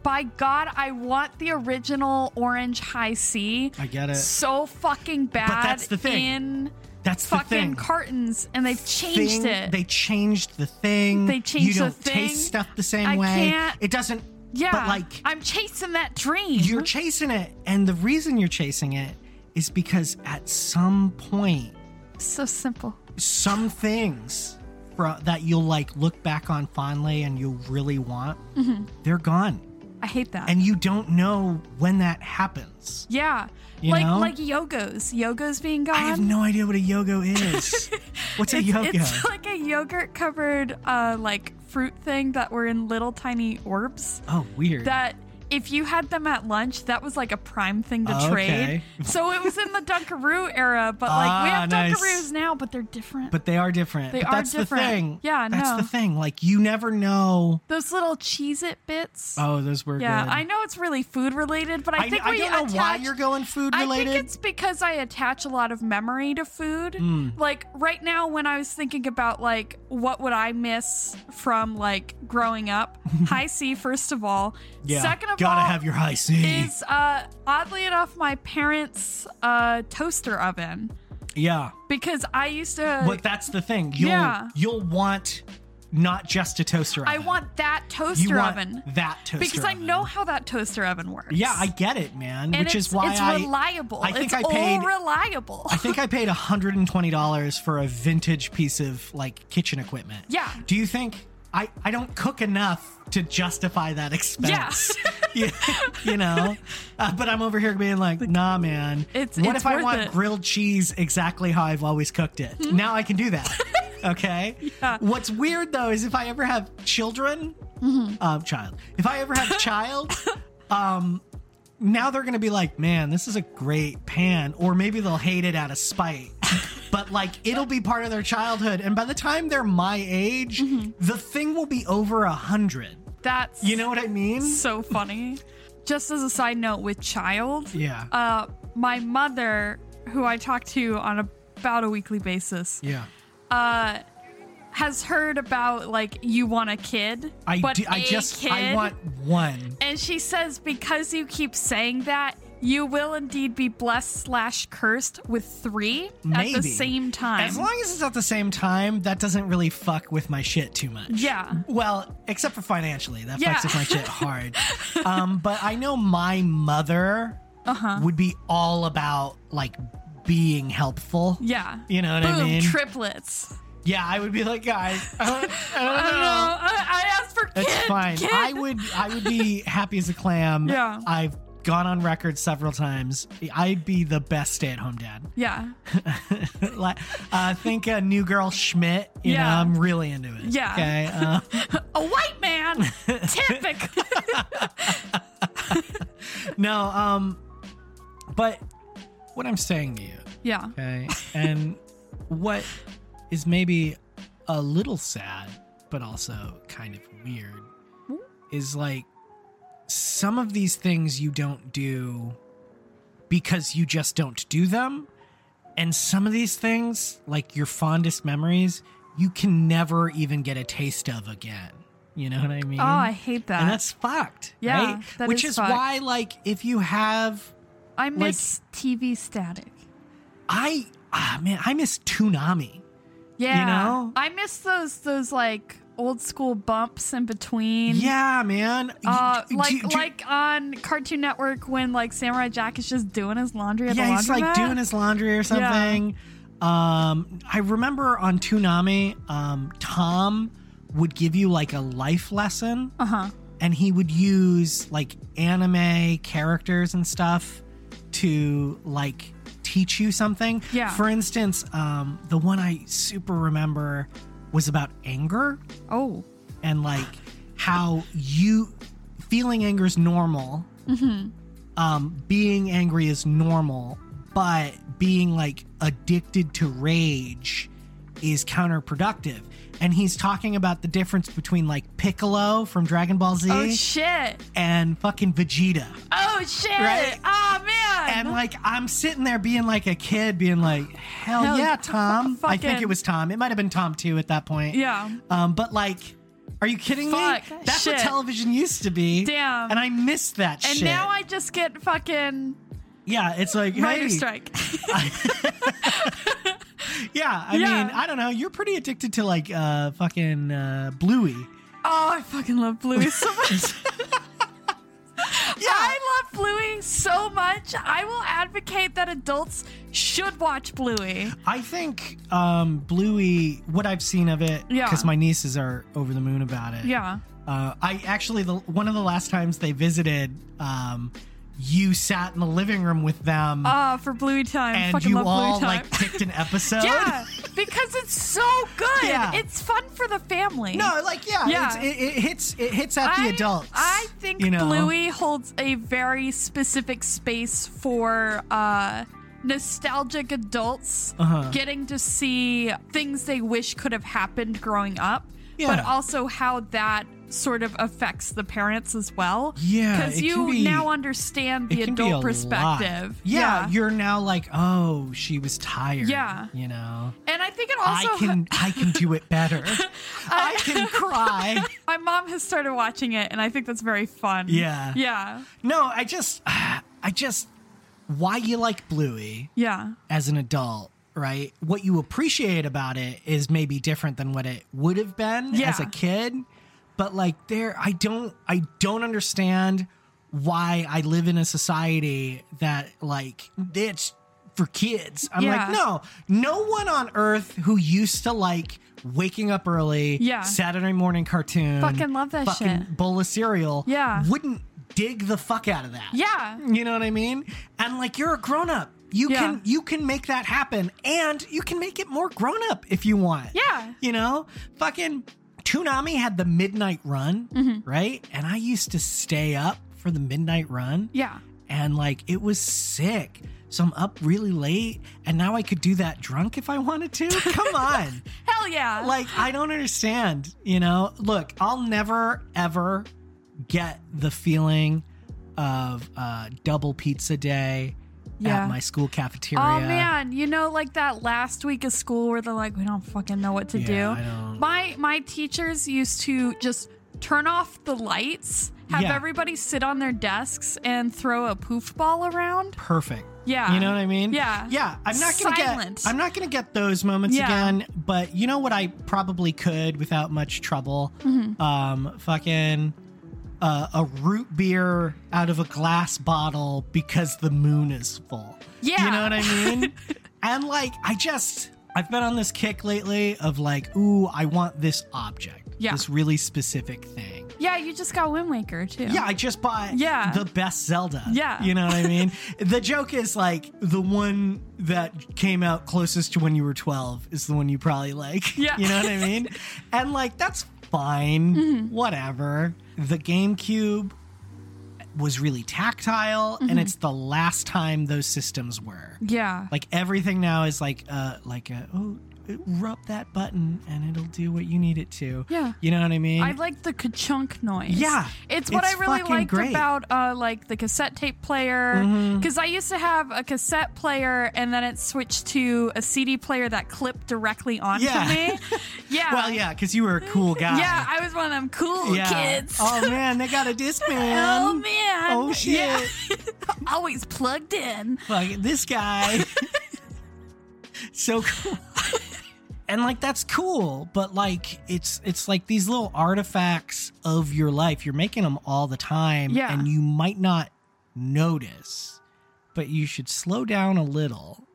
Speaker 1: by God I want the original Orange High C
Speaker 2: I get it.
Speaker 1: so fucking bad
Speaker 2: that's the thing.
Speaker 1: in
Speaker 2: That's the
Speaker 1: fucking
Speaker 2: thing.
Speaker 1: cartons and they've changed
Speaker 2: Thing-
Speaker 1: it.
Speaker 2: They changed the thing.
Speaker 1: They
Speaker 2: You
Speaker 1: changed the
Speaker 2: don't
Speaker 1: thing.
Speaker 2: taste stuff the same
Speaker 1: I
Speaker 2: way.
Speaker 1: can't-
Speaker 2: It doesn't.
Speaker 1: yeah,
Speaker 2: But like,
Speaker 1: I'm chasing that dream.
Speaker 2: you're chasing it, and the reason you're chasing it is because at some point
Speaker 1: so simple.
Speaker 2: some things fro- that you'll like look back on fondly and you really want,
Speaker 1: Mm-hmm.
Speaker 2: they're gone.
Speaker 1: I hate that.
Speaker 2: And you don't know when that happens.
Speaker 1: yeah.
Speaker 2: You
Speaker 1: like
Speaker 2: know?
Speaker 1: like yogos. Yogos being gone.
Speaker 2: I have no idea what a yogo is. What's a
Speaker 1: Um, it's,
Speaker 2: yogo?
Speaker 1: it's like a yogurt covered uh like fruit thing that were in little tiny orbs
Speaker 2: oh, weird.
Speaker 1: that if you had them at lunch, that was like a prime thing to
Speaker 2: Oh,
Speaker 1: trade.
Speaker 2: okay.
Speaker 1: So it was in the Dunkaroo era, but like we
Speaker 2: Ah,
Speaker 1: have
Speaker 2: nice.
Speaker 1: Dunkaroos now, but they're different.
Speaker 2: but they are different.
Speaker 1: They
Speaker 2: but
Speaker 1: are
Speaker 2: that's
Speaker 1: different.
Speaker 2: the thing.
Speaker 1: Yeah,
Speaker 2: That's
Speaker 1: no.
Speaker 2: the thing. Like you never know.
Speaker 1: Those little Cheez It bits.
Speaker 2: Oh, those were
Speaker 1: yeah,
Speaker 2: good.
Speaker 1: I know it's really food related, but I, think
Speaker 2: I
Speaker 1: we
Speaker 2: don't know why
Speaker 1: attach-
Speaker 2: you're going food related.
Speaker 1: I think it's because I attach a lot of memory to food.
Speaker 2: Hmm.
Speaker 1: Like right now, when I was thinking about like what would I miss from like growing up, high C first of all.
Speaker 2: yeah,
Speaker 1: Second of
Speaker 2: gotta
Speaker 1: all,
Speaker 2: have your high C.
Speaker 1: is uh, oddly enough my parents' uh, toaster oven
Speaker 2: yeah,
Speaker 1: because I used to.
Speaker 2: but that's the thing. You'll
Speaker 1: yeah.
Speaker 2: you'll want not just a toaster.
Speaker 1: I
Speaker 2: oven.
Speaker 1: want that
Speaker 2: you
Speaker 1: toaster
Speaker 2: want
Speaker 1: oven
Speaker 2: that toaster
Speaker 1: because I
Speaker 2: oven.
Speaker 1: know how that toaster oven works.
Speaker 2: Yeah, I get it, man.
Speaker 1: and
Speaker 2: Which
Speaker 1: it's,
Speaker 2: is why
Speaker 1: it's
Speaker 2: I
Speaker 1: reliable.
Speaker 2: I think
Speaker 1: it's
Speaker 2: I paid-
Speaker 1: all reliable.
Speaker 2: I think I paid $120 for a vintage piece of like kitchen equipment.
Speaker 1: Yeah.
Speaker 2: Do you think I, I don't cook enough to justify that expense? Yeah. you know? Uh, but I'm over here being like, nah, man.
Speaker 1: It's-
Speaker 2: what
Speaker 1: it's
Speaker 2: if I
Speaker 1: worth
Speaker 2: want
Speaker 1: it." Hmm?
Speaker 2: grilled cheese exactly how I've always cooked it? Now I can do that. Okay. What's weird though is if I ever have children,
Speaker 1: Mm-hmm.
Speaker 2: um, child, if I ever have child, um, now they're gonna be like, man, this is a great pan, or maybe they'll hate it out of spite. but like, it'll be part of their childhood, and by the time they're my age,
Speaker 1: Mm-hmm.
Speaker 2: the thing will be over a hundred.
Speaker 1: That's
Speaker 2: You know what I mean?
Speaker 1: so funny. Just as a side note with child,
Speaker 2: Yeah.
Speaker 1: uh, my mother, who I talk to on about a weekly basis,
Speaker 2: yeah.
Speaker 1: uh, has heard about like you want a kid,
Speaker 2: I
Speaker 1: but
Speaker 2: do, I
Speaker 1: a
Speaker 2: just
Speaker 1: kid,
Speaker 2: I want one.
Speaker 1: and she says because you keep saying that. You will indeed be blessed slash cursed with three at the
Speaker 2: Maybe.
Speaker 1: same time.
Speaker 2: As long as it's at the same time, that doesn't really fuck with my shit too much.
Speaker 1: yeah.
Speaker 2: Well, except for financially, that
Speaker 1: Yeah.
Speaker 2: fucks with my shit hard. um, but I know my mother
Speaker 1: Uh-huh.
Speaker 2: would be all about like being helpful.
Speaker 1: Yeah.
Speaker 2: You know what
Speaker 1: Boom,
Speaker 2: I mean?
Speaker 1: triplets.
Speaker 2: yeah, I would be like, guys, I don't, I don't
Speaker 1: I don't know.
Speaker 2: know.
Speaker 1: I, I asked for kid.
Speaker 2: It's Uh-huh. fine.
Speaker 1: kid.
Speaker 2: I would, I would be happy as a clam.
Speaker 1: Yeah.
Speaker 2: I've gone on record several times. I'd be the best stay-at-home dad.
Speaker 1: Yeah.
Speaker 2: like, uh, think a new girl Schmidt. You know,
Speaker 1: Yeah.
Speaker 2: I'm really into it.
Speaker 1: Yeah.
Speaker 2: Okay. Um,
Speaker 1: A white man. Typical.
Speaker 2: no. Um. But what I'm saying to you
Speaker 1: yeah.
Speaker 2: Okay. And what is maybe a little sad, but also kind of weird, is like some of these things you don't do because you just don't do them. And some of these things, like your fondest memories, you can never even get a taste of again. You know what I mean?
Speaker 1: Oh, I hate that.
Speaker 2: and that's fucked.
Speaker 1: Yeah,
Speaker 2: right?
Speaker 1: that
Speaker 2: Which
Speaker 1: is
Speaker 2: is
Speaker 1: fucked.
Speaker 2: why, like, if you have
Speaker 1: I miss TV static.
Speaker 2: I ah man, I miss Toonami.
Speaker 1: Yeah.
Speaker 2: know?
Speaker 1: I miss those those like old school bumps in between.
Speaker 2: Yeah, man.
Speaker 1: Uh,
Speaker 2: You-
Speaker 1: like
Speaker 2: do- do-
Speaker 1: like on Cartoon Network when like Samurai Jack is just doing his laundry at the
Speaker 2: yeah, he's like
Speaker 1: laundromat.
Speaker 2: doing his laundry or something. Um, I remember on Toonami, um, Tom would give you like a life lesson,
Speaker 1: Uh huh.
Speaker 2: and he would use like anime characters and stuff to like teach you something.
Speaker 1: Yeah.
Speaker 2: For instance, um, the one I super remember was about anger.
Speaker 1: Oh.
Speaker 2: and like how you feeling anger is normal.
Speaker 1: Mm-hmm.
Speaker 2: Um, being angry is normal, but being like addicted to rage is counterproductive. And he's talking about the difference between like Piccolo from Dragon Ball Z
Speaker 1: Oh shit.
Speaker 2: and fucking Vegeta.
Speaker 1: Oh shit.
Speaker 2: Right?
Speaker 1: Oh man.
Speaker 2: And like I'm sitting there being like a kid, being like, "Hell,
Speaker 1: Hell yeah,
Speaker 2: yeah, Tom!" I think
Speaker 1: fucking-
Speaker 2: it was Tom. It might have been Tom too at that point.
Speaker 1: yeah.
Speaker 2: Um, but like, are you kidding
Speaker 1: Fuck,
Speaker 2: me? That's
Speaker 1: shit.
Speaker 2: what television used to be.
Speaker 1: Damn.
Speaker 2: And I miss that
Speaker 1: And
Speaker 2: shit.
Speaker 1: now I just get fucking
Speaker 2: yeah, it's like
Speaker 1: writer
Speaker 2: hey.
Speaker 1: strike.
Speaker 2: Yeah, I
Speaker 1: Yeah.
Speaker 2: mean, I don't know. You're pretty addicted to like uh fucking uh Bluey.
Speaker 1: Oh, I fucking love Bluey so much. I love Bluey so much. watch. I will advocate that adults should watch Bluey.
Speaker 2: I think um, Bluey, what I've seen of it,
Speaker 1: Yeah.
Speaker 2: because my nieces are over the moon about it.
Speaker 1: Yeah.
Speaker 2: Uh, I actually, the, one of the last times they visited, um, you sat in the living room with them
Speaker 1: Ah, for Bluey time.
Speaker 2: and
Speaker 1: Fucking
Speaker 2: you
Speaker 1: love Bluey
Speaker 2: all
Speaker 1: time.
Speaker 2: like picked an episode.
Speaker 1: yeah, because it's so good.
Speaker 2: Yeah.
Speaker 1: It's fun for the family.
Speaker 2: No, like yeah,
Speaker 1: Yeah.
Speaker 2: It's, it, it hits it hits at the adults.
Speaker 1: I think
Speaker 2: you know?
Speaker 1: Bluey holds a very specific space for uh, nostalgic adults
Speaker 2: Uh-huh.
Speaker 1: getting to see things they wish could have happened growing up, but
Speaker 2: Yeah.
Speaker 1: also how that sort of affects the parents as well.
Speaker 2: Yeah,
Speaker 1: because
Speaker 2: it
Speaker 1: you
Speaker 2: can be-
Speaker 1: now understand the
Speaker 2: It can be
Speaker 1: adult
Speaker 2: a lot.
Speaker 1: perspective.
Speaker 2: Yeah, you're now like, oh, she was tired.
Speaker 1: Yeah.
Speaker 2: you know,
Speaker 1: and I think it also
Speaker 2: I can I can do it better. I can cry.
Speaker 1: my mom has started watching it, and I think that's very fun.
Speaker 2: Yeah.
Speaker 1: yeah,
Speaker 2: No, I just I just why you like Bluey
Speaker 1: yeah.
Speaker 2: as an adult. Right. What you appreciate about it is maybe different than what it would have been
Speaker 1: Yeah.
Speaker 2: as a kid. But like there I don't I don't understand why I live in a society that like it's for kids. I'm
Speaker 1: Yeah.
Speaker 2: like, no, no one on earth who used to like waking up early,
Speaker 1: Yeah.
Speaker 2: Saturday morning cartoon,
Speaker 1: Fucking love that
Speaker 2: fucking
Speaker 1: shit.
Speaker 2: bowl of cereal,
Speaker 1: Yeah.
Speaker 2: wouldn't dig the fuck out of that.
Speaker 1: Yeah.
Speaker 2: You know what I mean? And like you're a grown up. You
Speaker 1: Yeah.
Speaker 2: can you can make that happen and you can make it more grown up if you want.
Speaker 1: Yeah.
Speaker 2: You know? Fucking Toonami had the midnight run,
Speaker 1: Mm-hmm.
Speaker 2: right? And I used to stay up for the midnight run
Speaker 1: Yeah.
Speaker 2: and like it was sick. So I'm up really late and now I could do that drunk if I wanted to. Come on.
Speaker 1: Hell yeah.
Speaker 2: like I don't understand, you know? Look, I'll never ever get the feeling of uh double pizza day
Speaker 1: Yeah.
Speaker 2: at my school cafeteria.
Speaker 1: Oh man, you know like that last week of school where they're like, we don't fucking know what to
Speaker 2: Yeah, I
Speaker 1: do.
Speaker 2: don't-
Speaker 1: My my teachers used to just turn off the lights, have
Speaker 2: Yeah.
Speaker 1: everybody sit on their desks and throw a poof ball around.
Speaker 2: Perfect.
Speaker 1: Yeah.
Speaker 2: You know what I mean?
Speaker 1: Yeah.
Speaker 2: Yeah. I'm not gonna
Speaker 1: Silent.
Speaker 2: get I'm not gonna get those moments
Speaker 1: Yeah.
Speaker 2: again, but you know what I probably could without much trouble?
Speaker 1: Mm-hmm.
Speaker 2: Um fucking uh, a root beer out of a glass bottle because the moon is full.
Speaker 1: Yeah.
Speaker 2: You know what I mean? and like I just I've been on this kick lately of like, ooh, I want this object.
Speaker 1: Yeah.
Speaker 2: This really specific thing.
Speaker 1: Yeah, you just got Wind Waker too.
Speaker 2: Yeah, I just bought
Speaker 1: Yeah.
Speaker 2: the best Zelda.
Speaker 1: Yeah.
Speaker 2: You know what I mean? the joke is like the one that came out closest to when you were 12 is the one you probably like.
Speaker 1: Yeah.
Speaker 2: You know what I mean? and like, that's fine.
Speaker 1: Mm-hmm.
Speaker 2: Whatever. The GameCube was really tactile, and it's the last time those systems were.
Speaker 1: Mm-hmm. Yeah.
Speaker 2: Like everything now is like uh like a oh rub that button and it'll do what you need it to.
Speaker 1: Yeah.
Speaker 2: You know what I mean?
Speaker 1: I like the ka-chunk noise.
Speaker 2: Yeah,
Speaker 1: it's what
Speaker 2: it's
Speaker 1: I really
Speaker 2: fucking
Speaker 1: liked
Speaker 2: great. Mm-hmm.
Speaker 1: about uh, like the cassette tape player because I used to have a cassette player and then it switched to a CD player that clipped directly onto
Speaker 2: Yeah.
Speaker 1: me. Yeah,
Speaker 2: well, yeah, because you were a cool guy.
Speaker 1: yeah, I was one of them cool kids.
Speaker 2: Oh man, they got a disc man.
Speaker 1: Oh, man!
Speaker 2: Oh shit.
Speaker 1: Yeah. Always plugged in.
Speaker 2: Fuck this guy. so cool. and like that's cool, but like it's it's like these little artifacts of your life. You're making them all the time
Speaker 1: Yeah.
Speaker 2: and you might not notice, but you should slow down a little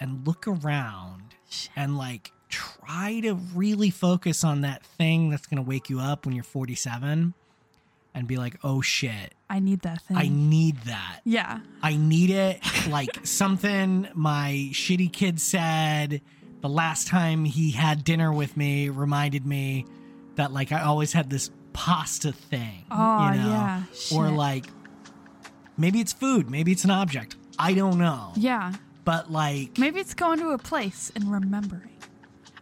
Speaker 2: and look around and like try to really focus on that thing that's going to wake you up when you're 47 and be like, "Oh shit,
Speaker 1: I need that thing.
Speaker 2: I need that."
Speaker 1: yeah,
Speaker 2: I need it. Like something my shitty kid said the last time he had dinner with me reminded me that like I always had this pasta thing.
Speaker 1: Oh, yeah.
Speaker 2: Or
Speaker 1: Shit.
Speaker 2: like maybe it's food, maybe it's an object. I don't know.
Speaker 1: yeah.
Speaker 2: But like
Speaker 1: Maybe it's going to a place and remembering.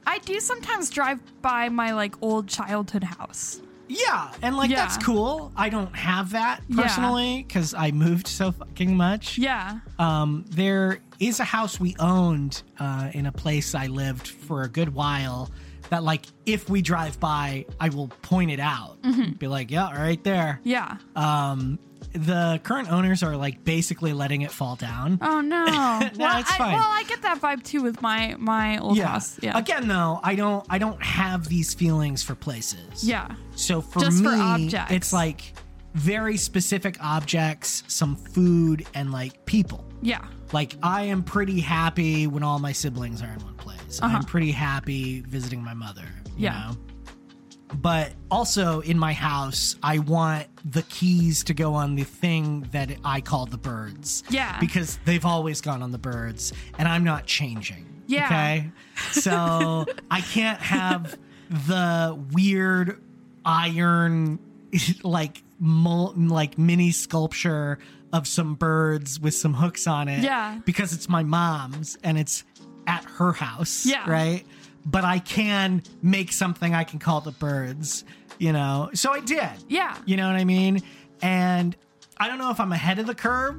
Speaker 1: I do sometimes drive by my like old childhood house.
Speaker 2: yeah, and like
Speaker 1: Yeah.
Speaker 2: that's cool. I don't have that
Speaker 1: Yeah.
Speaker 2: personally cuz I moved so fucking much.
Speaker 1: Yeah.
Speaker 2: um, there is a house we owned uh, in a place I lived for a good while that like if we drive by I will point it out be like yeah right there
Speaker 1: Mm-hmm. Yeah.
Speaker 2: um, the current owners are like basically letting it fall down
Speaker 1: Oh no. well,
Speaker 2: it's
Speaker 1: I,
Speaker 2: fine.
Speaker 1: well, I get that vibe too with my my old house. Yeah.
Speaker 2: again though I don't I don't have these feelings for places
Speaker 1: Yeah.
Speaker 2: so for
Speaker 1: Just
Speaker 2: me
Speaker 1: for objects.
Speaker 2: it's like very specific objects, some food, and like people.
Speaker 1: Yeah.
Speaker 2: Like I am pretty happy when all my siblings are in one place. and I'm
Speaker 1: Uh-huh.
Speaker 2: pretty happy visiting my mother. You
Speaker 1: Yeah.
Speaker 2: Know? But also in my house, I want the keys to go on the thing that I call the birds.
Speaker 1: Yeah.
Speaker 2: Because they've always gone on the birds, and I'm not changing.
Speaker 1: Yeah.
Speaker 2: Okay. So I can't have the weird iron like mul- like mini sculpture of some birds with some hooks on it
Speaker 1: Yeah.
Speaker 2: because it's my mom's and it's at her house
Speaker 1: Yeah.
Speaker 2: right but I can make something I can call the birds you know so I did
Speaker 1: Yeah.
Speaker 2: you know what I mean and I don't know if I'm ahead of the curve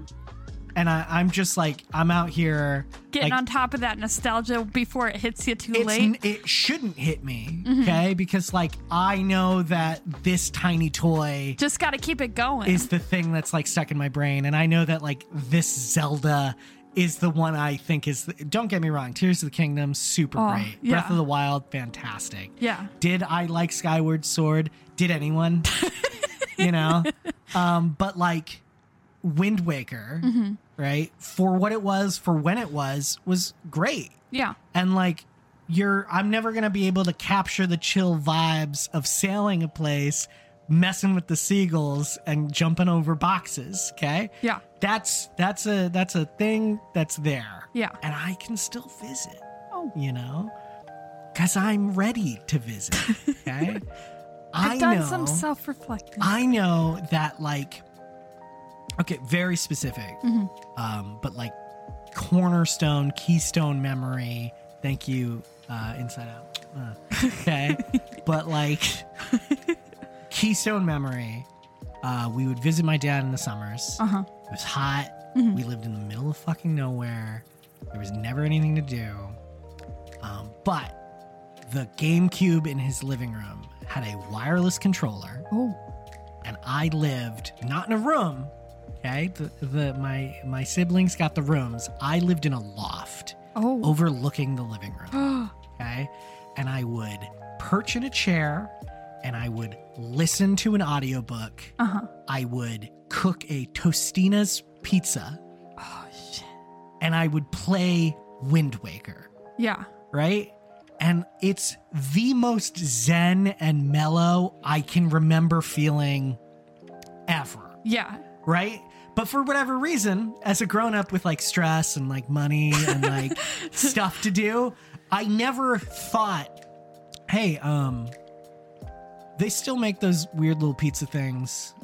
Speaker 2: and I, I'm just like I'm out here
Speaker 1: Getting
Speaker 2: like,
Speaker 1: on top of that nostalgia before it hits you too
Speaker 2: it's
Speaker 1: late. Mm-hmm.
Speaker 2: n- it shouldn't hit me okay because like i know that this tiny toy
Speaker 1: Just got to keep it going.
Speaker 2: is the thing that's like stuck in my brain and i know that like this zelda is the one i think is the, don't get me wrong tears of the kingdom super
Speaker 1: Aw,
Speaker 2: great
Speaker 1: Oh, yeah.
Speaker 2: breath of the wild fantastic
Speaker 1: yeah.
Speaker 2: did i like skyward sword did anyone you know um but like wind waker
Speaker 1: Mm-hmm.
Speaker 2: right for what it was for when it was was great
Speaker 1: Yeah.
Speaker 2: and like you're i'm never gonna be able to capture the chill vibes of sailing a place messing with the seagulls and jumping over boxes okay
Speaker 1: Yeah.
Speaker 2: that's that's a that's a thing that's there
Speaker 1: Yeah.
Speaker 2: and i can still visit
Speaker 1: Oh.
Speaker 2: you know because i'm ready to visit okay i
Speaker 1: I've done
Speaker 2: know
Speaker 1: some self reflecting.
Speaker 2: I know that like okay, very specific. Um, but like cornerstone, keystone memory. Thank you, uh, Inside Out. Uh, okay, but like keystone memory. Uh, we would visit my dad in the summers.
Speaker 1: Uh huh.
Speaker 2: It was hot. We lived in the middle of fucking nowhere. There was never anything to do. Um, but the GameCube in his living room had a wireless controller
Speaker 1: Oh.
Speaker 2: and I lived not in a room. Okay, the, the my my siblings got the rooms. I lived in a loft
Speaker 1: Oh.
Speaker 2: overlooking the living room. Okay, and I would perch in a chair, and I would listen to an audiobook.
Speaker 1: uh huh.
Speaker 2: I would cook a Tostina's pizza,
Speaker 1: Oh shit.
Speaker 2: and I would play Wind Waker.
Speaker 1: Yeah.
Speaker 2: Right. And it's the most zen and mellow I can remember feeling ever.
Speaker 1: Yeah.
Speaker 2: right? But for whatever reason, as a grown up with like stress and like money and like stuff to do, I never thought, hey, um, they still make those weird little pizza things.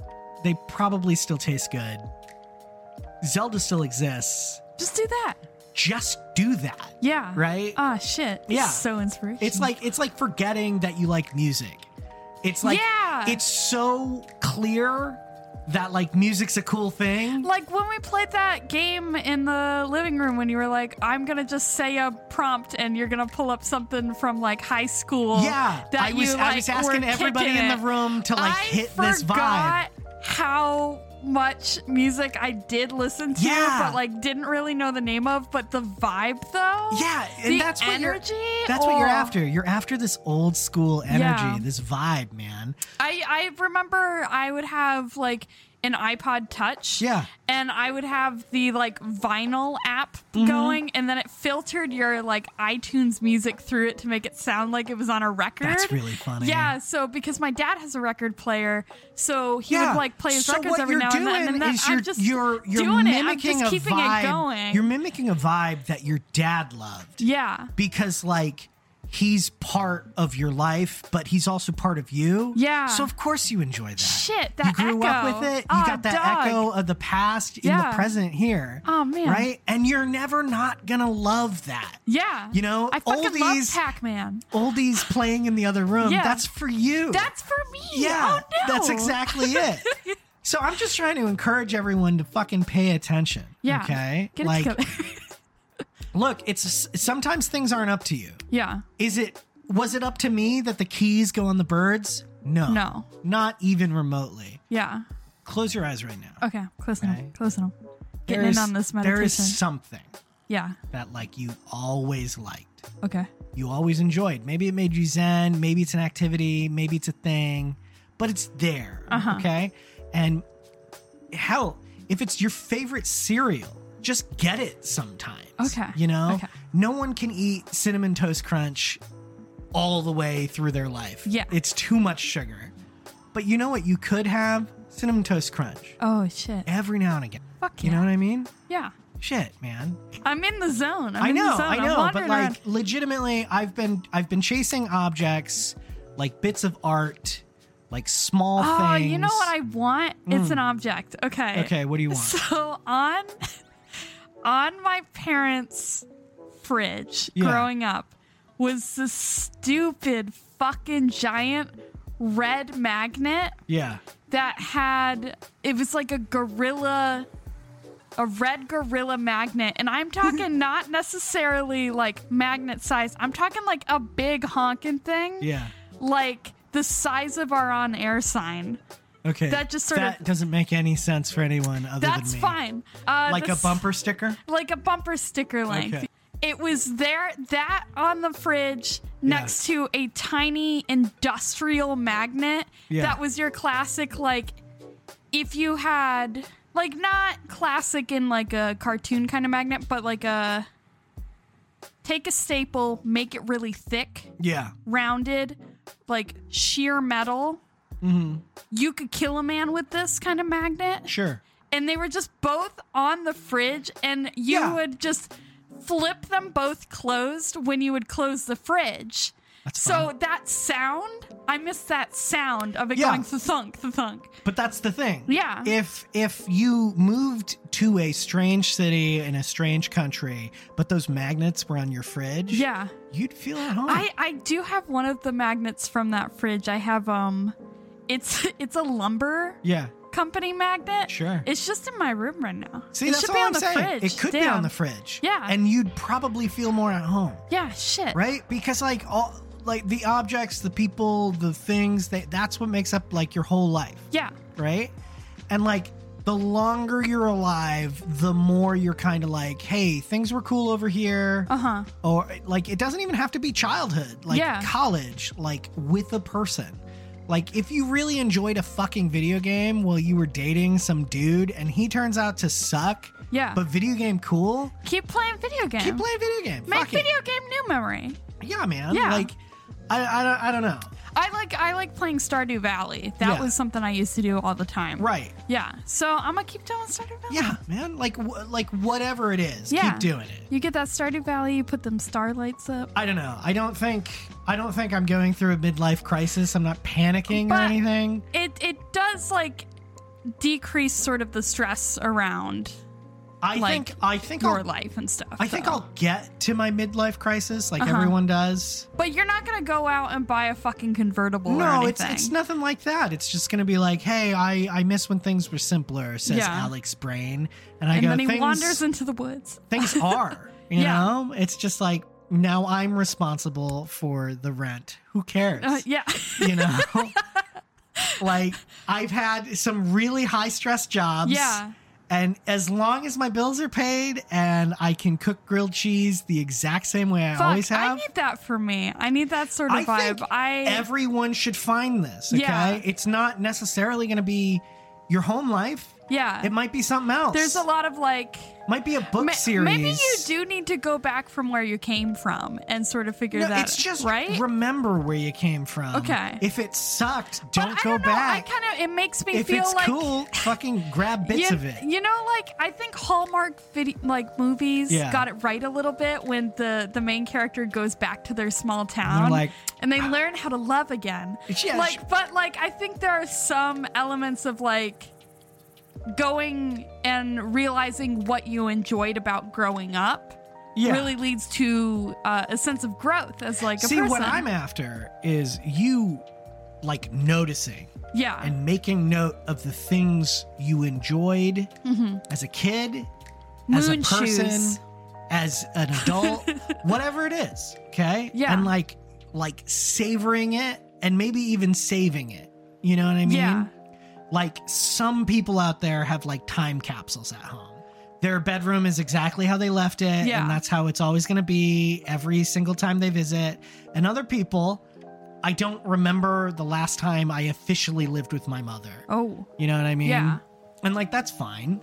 Speaker 2: They probably still taste good. Zelda still exists.
Speaker 1: Just do that.
Speaker 2: Just do that,
Speaker 1: Yeah.
Speaker 2: right?
Speaker 1: Ah shit. This
Speaker 2: Yeah.
Speaker 1: is so inspirational.
Speaker 2: It's like it's like forgetting that you like music. It's like
Speaker 1: Yeah.
Speaker 2: it's so clear that like music's a cool thing.
Speaker 1: Like when we played that game in the living room when you were like, I'm gonna just say a prompt and you're gonna pull up something from like high school.
Speaker 2: Yeah,
Speaker 1: that
Speaker 2: I was
Speaker 1: you,
Speaker 2: I was
Speaker 1: like,
Speaker 2: asking
Speaker 1: were
Speaker 2: everybody
Speaker 1: kicking
Speaker 2: in the
Speaker 1: it.
Speaker 2: room to like
Speaker 1: I
Speaker 2: hit
Speaker 1: forgot
Speaker 2: this vibe.
Speaker 1: How much music I did listen to,
Speaker 2: Yeah.
Speaker 1: but like didn't really know the name of, but the vibe though.
Speaker 2: Yeah, and
Speaker 1: the
Speaker 2: that's what you're
Speaker 1: energy.
Speaker 2: that's what you're
Speaker 1: oh.
Speaker 2: after. You're after this old school energy,
Speaker 1: Yeah.
Speaker 2: this vibe, man.
Speaker 1: I I remember I would have like an iPod Touch.
Speaker 2: Yeah.
Speaker 1: And I would have the like vinyl app
Speaker 2: Mm-hmm.
Speaker 1: going, and then it filtered your like iTunes music through it to make it sound like it was on a record.
Speaker 2: That's really funny.
Speaker 1: Yeah, so because my dad has a record player, so he
Speaker 2: Yeah.
Speaker 1: would like play his
Speaker 2: so
Speaker 1: records
Speaker 2: what
Speaker 1: every
Speaker 2: you're
Speaker 1: now
Speaker 2: doing
Speaker 1: and then. And then
Speaker 2: is
Speaker 1: I'm
Speaker 2: you're,
Speaker 1: just
Speaker 2: you're you're
Speaker 1: doing it. I'm
Speaker 2: mimicking
Speaker 1: just
Speaker 2: a
Speaker 1: keeping
Speaker 2: vibe.
Speaker 1: it going.
Speaker 2: You're mimicking a vibe that your dad loved
Speaker 1: yeah,
Speaker 2: because like he's part of your life, but he's also part of you.
Speaker 1: Yeah.
Speaker 2: So of course you enjoy that.
Speaker 1: shit.
Speaker 2: you
Speaker 1: That
Speaker 2: grew
Speaker 1: echo.
Speaker 2: up with it. You
Speaker 1: Ah,
Speaker 2: got that
Speaker 1: dog.
Speaker 2: echo of the past in
Speaker 1: Yeah.
Speaker 2: the present here.
Speaker 1: Aw, man.
Speaker 2: Right? And you're never not gonna love that.
Speaker 1: Yeah,
Speaker 2: You know,
Speaker 1: I fucking
Speaker 2: oldies-
Speaker 1: love Pac-Man.
Speaker 2: Oldies playing in the other room.
Speaker 1: Yeah.
Speaker 2: That's for you.
Speaker 1: That's for me.
Speaker 2: yeah.
Speaker 1: Oh, no.
Speaker 2: That's exactly it. so I'm just trying to encourage everyone to fucking pay attention.
Speaker 1: Yeah.
Speaker 2: Okay.
Speaker 1: Get
Speaker 2: like,
Speaker 1: it together.
Speaker 2: look, it's sometimes things aren't up to you.
Speaker 1: yeah.
Speaker 2: Is it? Was it up to me that the keys go on the birds? No.
Speaker 1: No.
Speaker 2: Not even remotely.
Speaker 1: Yeah.
Speaker 2: Close your eyes right now.
Speaker 1: Okay. Close enough.
Speaker 2: Right.
Speaker 1: Close enough. Getting
Speaker 2: There
Speaker 1: in
Speaker 2: is-
Speaker 1: on this
Speaker 2: There is
Speaker 1: meditation.
Speaker 2: something
Speaker 1: yeah.
Speaker 2: that like you always liked.
Speaker 1: Okay.
Speaker 2: You always enjoyed. Maybe it made you zen, maybe it's an activity, maybe it's a thing, but it's there.
Speaker 1: Uh-huh.
Speaker 2: Okay. And hell, if it's your favorite cereal, just get it sometimes.
Speaker 1: Okay.
Speaker 2: You know,
Speaker 1: Okay.
Speaker 2: no one can eat cinnamon toast crunch all the way through their life.
Speaker 1: Yeah.
Speaker 2: It's too much sugar. But you know what? You could have cinnamon toast crunch
Speaker 1: Oh shit.
Speaker 2: every now and again.
Speaker 1: Fuck
Speaker 2: You know
Speaker 1: yeah.
Speaker 2: what I mean?
Speaker 1: Yeah.
Speaker 2: Shit, man.
Speaker 1: I'm in the zone. I'm
Speaker 2: I
Speaker 1: in the
Speaker 2: know,
Speaker 1: zone.
Speaker 2: I
Speaker 1: I'm
Speaker 2: know, but
Speaker 1: wandering
Speaker 2: like
Speaker 1: around.
Speaker 2: legitimately I've been I've been chasing objects, like bits of art, like small
Speaker 1: Oh,
Speaker 2: things. Mm.
Speaker 1: you know what I want? It's an object. Okay.
Speaker 2: Okay, what do you want?
Speaker 1: So on on my parents' fridge
Speaker 2: Yeah.
Speaker 1: growing up was this stupid fucking giant red magnet
Speaker 2: yeah.
Speaker 1: that had it was like a gorilla a red gorilla magnet and i'm talking not necessarily like magnet size i'm talking like a big honking thing
Speaker 2: Yeah.
Speaker 1: like the size of our on-air sign
Speaker 2: Okay.
Speaker 1: That just sort
Speaker 2: That
Speaker 1: of-
Speaker 2: doesn't make any sense for anyone other
Speaker 1: that's
Speaker 2: than me.
Speaker 1: fine uh,
Speaker 2: Like
Speaker 1: the
Speaker 2: a
Speaker 1: s-
Speaker 2: bumper sticker?
Speaker 1: like a bumper sticker length
Speaker 2: Okay.
Speaker 1: it was there that on the fridge next to a tiny industrial magnet
Speaker 2: Yeah.
Speaker 1: that was your classic like if you had like not classic in like a cartoon kind of magnet but like a take a staple make it really thick
Speaker 2: Yeah.
Speaker 1: rounded like sheer metal
Speaker 2: Mm-hmm.
Speaker 1: you could kill a man with this kind of magnet
Speaker 2: Sure.
Speaker 1: and they were just both on the fridge and you
Speaker 2: Yeah.
Speaker 1: would just flip them both closed when you would close the fridge
Speaker 2: That's
Speaker 1: so that sound i miss that sound of it
Speaker 2: Yeah.
Speaker 1: going thunk thunk
Speaker 2: But that's the thing.
Speaker 1: Yeah.
Speaker 2: If if you moved to a strange city in a strange country, but those magnets were on your fridge,
Speaker 1: yeah
Speaker 2: you'd feel at home.
Speaker 1: i i do have one of the magnets from that fridge i have um it's it's a lumber
Speaker 2: yeah.
Speaker 1: company magnet
Speaker 2: Sure.
Speaker 1: it's just in my room right now
Speaker 2: See,
Speaker 1: it
Speaker 2: that's
Speaker 1: should
Speaker 2: all
Speaker 1: be on
Speaker 2: I'm
Speaker 1: the
Speaker 2: saying.
Speaker 1: fridge
Speaker 2: It could be
Speaker 1: Damn.
Speaker 2: on the fridge.
Speaker 1: Yeah.
Speaker 2: And you'd probably feel more at home,
Speaker 1: yeah shit
Speaker 2: right? Because like all like the objects, the people, the things, they, that's what makes up like your whole life.
Speaker 1: yeah
Speaker 2: right? And like the longer you're alive, the more you're kind of like, hey, things were cool over here.
Speaker 1: uh-huh
Speaker 2: Or like it doesn't even have to be childhood, like
Speaker 1: Yeah.
Speaker 2: college, like with a person. Like if you really enjoyed a fucking video game while you were dating some dude and he turns out to suck,
Speaker 1: yeah
Speaker 2: but video game cool,
Speaker 1: keep playing video games
Speaker 2: keep playing video game.
Speaker 1: make
Speaker 2: Fuck it.
Speaker 1: video game new memory
Speaker 2: Yeah, man.
Speaker 1: Yeah.
Speaker 2: Like I, I, don't, I don't know.
Speaker 1: I like I like playing Stardew Valley. That
Speaker 2: Yeah.
Speaker 1: was something I used to do all the time.
Speaker 2: Right.
Speaker 1: Yeah. So I'm gonna keep doing Stardew Valley.
Speaker 2: Yeah, man. Like wh- like whatever it is,
Speaker 1: Yeah.
Speaker 2: keep doing it.
Speaker 1: You get that Stardew Valley. You put them starlights up.
Speaker 2: I don't know. I don't think I don't think I'm going through a midlife crisis. I'm not panicking or
Speaker 1: But-
Speaker 2: anything.
Speaker 1: It it does like decrease sort of the stress around
Speaker 2: I
Speaker 1: like,
Speaker 2: think I think
Speaker 1: your
Speaker 2: I'll,
Speaker 1: life and stuff.
Speaker 2: I think
Speaker 1: though.
Speaker 2: I'll get to my midlife crisis like
Speaker 1: Uh-huh.
Speaker 2: everyone does.
Speaker 1: But you're not gonna go out and buy a fucking convertible. or
Speaker 2: No,
Speaker 1: anything.
Speaker 2: it's it's nothing like that. It's just gonna be like, hey, I I miss when things were simpler, says
Speaker 1: Yeah.
Speaker 2: Alex Brain, and I
Speaker 1: And
Speaker 2: go
Speaker 1: then he
Speaker 2: things
Speaker 1: wanders into the woods.
Speaker 2: things are. You
Speaker 1: Yeah.
Speaker 2: know, it's just like now I'm responsible for the rent. Who cares?
Speaker 1: Uh, yeah.
Speaker 2: you know like i've had some really high stress jobs
Speaker 1: Yeah.
Speaker 2: and as long as my bills are paid and i can cook grilled cheese the exact same way i
Speaker 1: Fuck,
Speaker 2: always have
Speaker 1: I need that for me. I need that sort of
Speaker 2: I
Speaker 1: vibe.
Speaker 2: think
Speaker 1: I
Speaker 2: everyone should find this okay
Speaker 1: Yeah.
Speaker 2: it's not necessarily going to be your home life
Speaker 1: yeah.
Speaker 2: it might be something else
Speaker 1: There's a lot of like
Speaker 2: might be a book
Speaker 1: Ma-
Speaker 2: series
Speaker 1: Maybe you do need to go back from where you came from and sort of figure
Speaker 2: no,
Speaker 1: that.
Speaker 2: it's just
Speaker 1: right.
Speaker 2: remember where you came from.
Speaker 1: Okay.
Speaker 2: If it sucked,
Speaker 1: but
Speaker 2: don't
Speaker 1: I
Speaker 2: go
Speaker 1: don't know.
Speaker 2: back.
Speaker 1: I kind of it makes me
Speaker 2: if
Speaker 1: feel
Speaker 2: it's
Speaker 1: like
Speaker 2: cool, fucking grab bits
Speaker 1: you,
Speaker 2: of it.
Speaker 1: you know, like I think Hallmark video, like movies
Speaker 2: Yeah.
Speaker 1: got it right a little bit when the the main character goes back to their small town,
Speaker 2: like, "Ah."
Speaker 1: and they learn how to love again.
Speaker 2: Yeah, sh-
Speaker 1: like, but like I think there are some elements of like going and realizing what you enjoyed about growing up.
Speaker 2: yeah.
Speaker 1: really leads to uh, a sense of growth as like a
Speaker 2: See,
Speaker 1: person.
Speaker 2: what I'm after is you like noticing
Speaker 1: yeah,
Speaker 2: and making note of the things you enjoyed as a kid, as
Speaker 1: Mm-hmm.
Speaker 2: a
Speaker 1: Moon
Speaker 2: person,
Speaker 1: shoes.
Speaker 2: as an adult, whatever it is. Okay.
Speaker 1: Yeah.
Speaker 2: And like, like savoring it and maybe even saving it. You know what I mean?
Speaker 1: Yeah.
Speaker 2: Like some people out there have like time capsules at home. Their bedroom is exactly how they left it,
Speaker 1: Yeah.
Speaker 2: and that's how it's always going to be every single time they visit. And other people I don't remember the last time I officially lived with my mother.
Speaker 1: Oh,
Speaker 2: You know what I mean?
Speaker 1: Yeah.
Speaker 2: And like that's fine.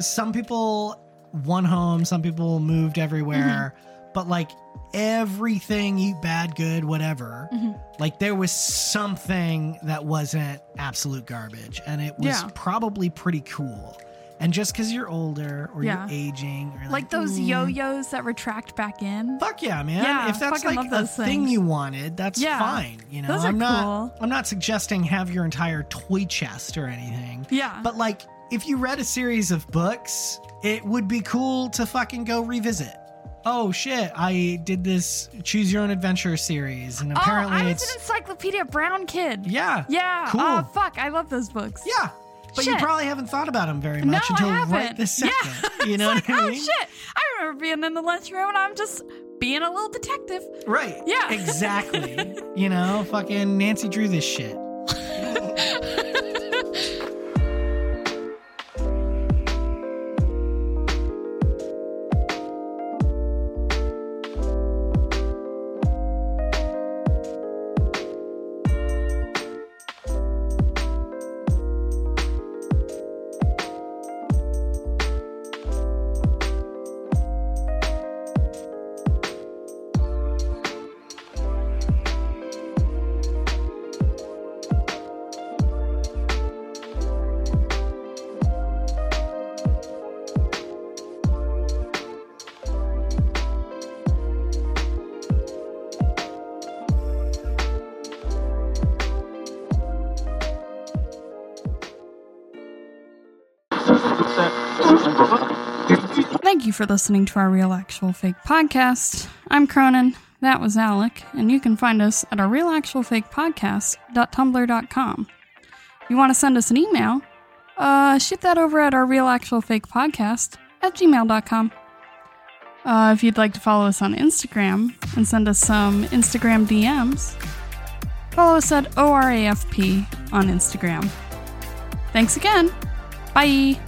Speaker 2: some people won home, some people moved everywhere,
Speaker 1: Mm-hmm.
Speaker 2: but like everything you bad good whatever
Speaker 1: Mm-hmm.
Speaker 2: like there was something that wasn't absolute garbage and it was
Speaker 1: Yeah.
Speaker 2: probably pretty cool and just because you're older or
Speaker 1: Yeah.
Speaker 2: you're aging or
Speaker 1: like those
Speaker 2: "Ooh,
Speaker 1: yo-yos that retract back in.
Speaker 2: Fuck yeah, man!
Speaker 1: Yeah,
Speaker 2: if that's
Speaker 1: fucking
Speaker 2: like
Speaker 1: love
Speaker 2: a
Speaker 1: those
Speaker 2: thing
Speaker 1: things.
Speaker 2: you wanted, that's
Speaker 1: Yeah.
Speaker 2: fine. You know,
Speaker 1: Those are
Speaker 2: I'm not.
Speaker 1: cool.
Speaker 2: I'm not suggesting have your entire toy chest or anything.
Speaker 1: Yeah.
Speaker 2: But like, if you read a series of books, it would be cool to fucking go revisit. Oh shit! I did this choose your own adventure series, and apparently
Speaker 1: oh, I was
Speaker 2: it's
Speaker 1: an Encyclopedia Brown kid.
Speaker 2: yeah,
Speaker 1: Yeah.
Speaker 2: Cool.
Speaker 1: Oh, fuck. I love those books.
Speaker 2: yeah. But you
Speaker 1: Shit.
Speaker 2: probably haven't thought about them very
Speaker 1: No,
Speaker 2: much until
Speaker 1: I haven't.
Speaker 2: right this second.
Speaker 1: Yeah.
Speaker 2: You know
Speaker 1: It's like,
Speaker 2: what I
Speaker 1: oh
Speaker 2: mean?
Speaker 1: shit! I remember being in the lunchroom and I'm just being a little detective.
Speaker 2: Right.
Speaker 1: Yeah.
Speaker 2: Exactly. you know, fucking Nancy drew this shit.
Speaker 3: Thank you for listening to our Real Actual Fake podcast. I'm Cronin. That was Alec, and you can find us at our Real Actual Fake podcast.tumblr.com. You want to send us an email? Uh, shoot that over at our Real Actual Fake podcast at gmail.com. Uh, if you'd like to follow us on Instagram and send us some Instagram DMs, follow us at ORAFP on Instagram. Thanks again. Bye.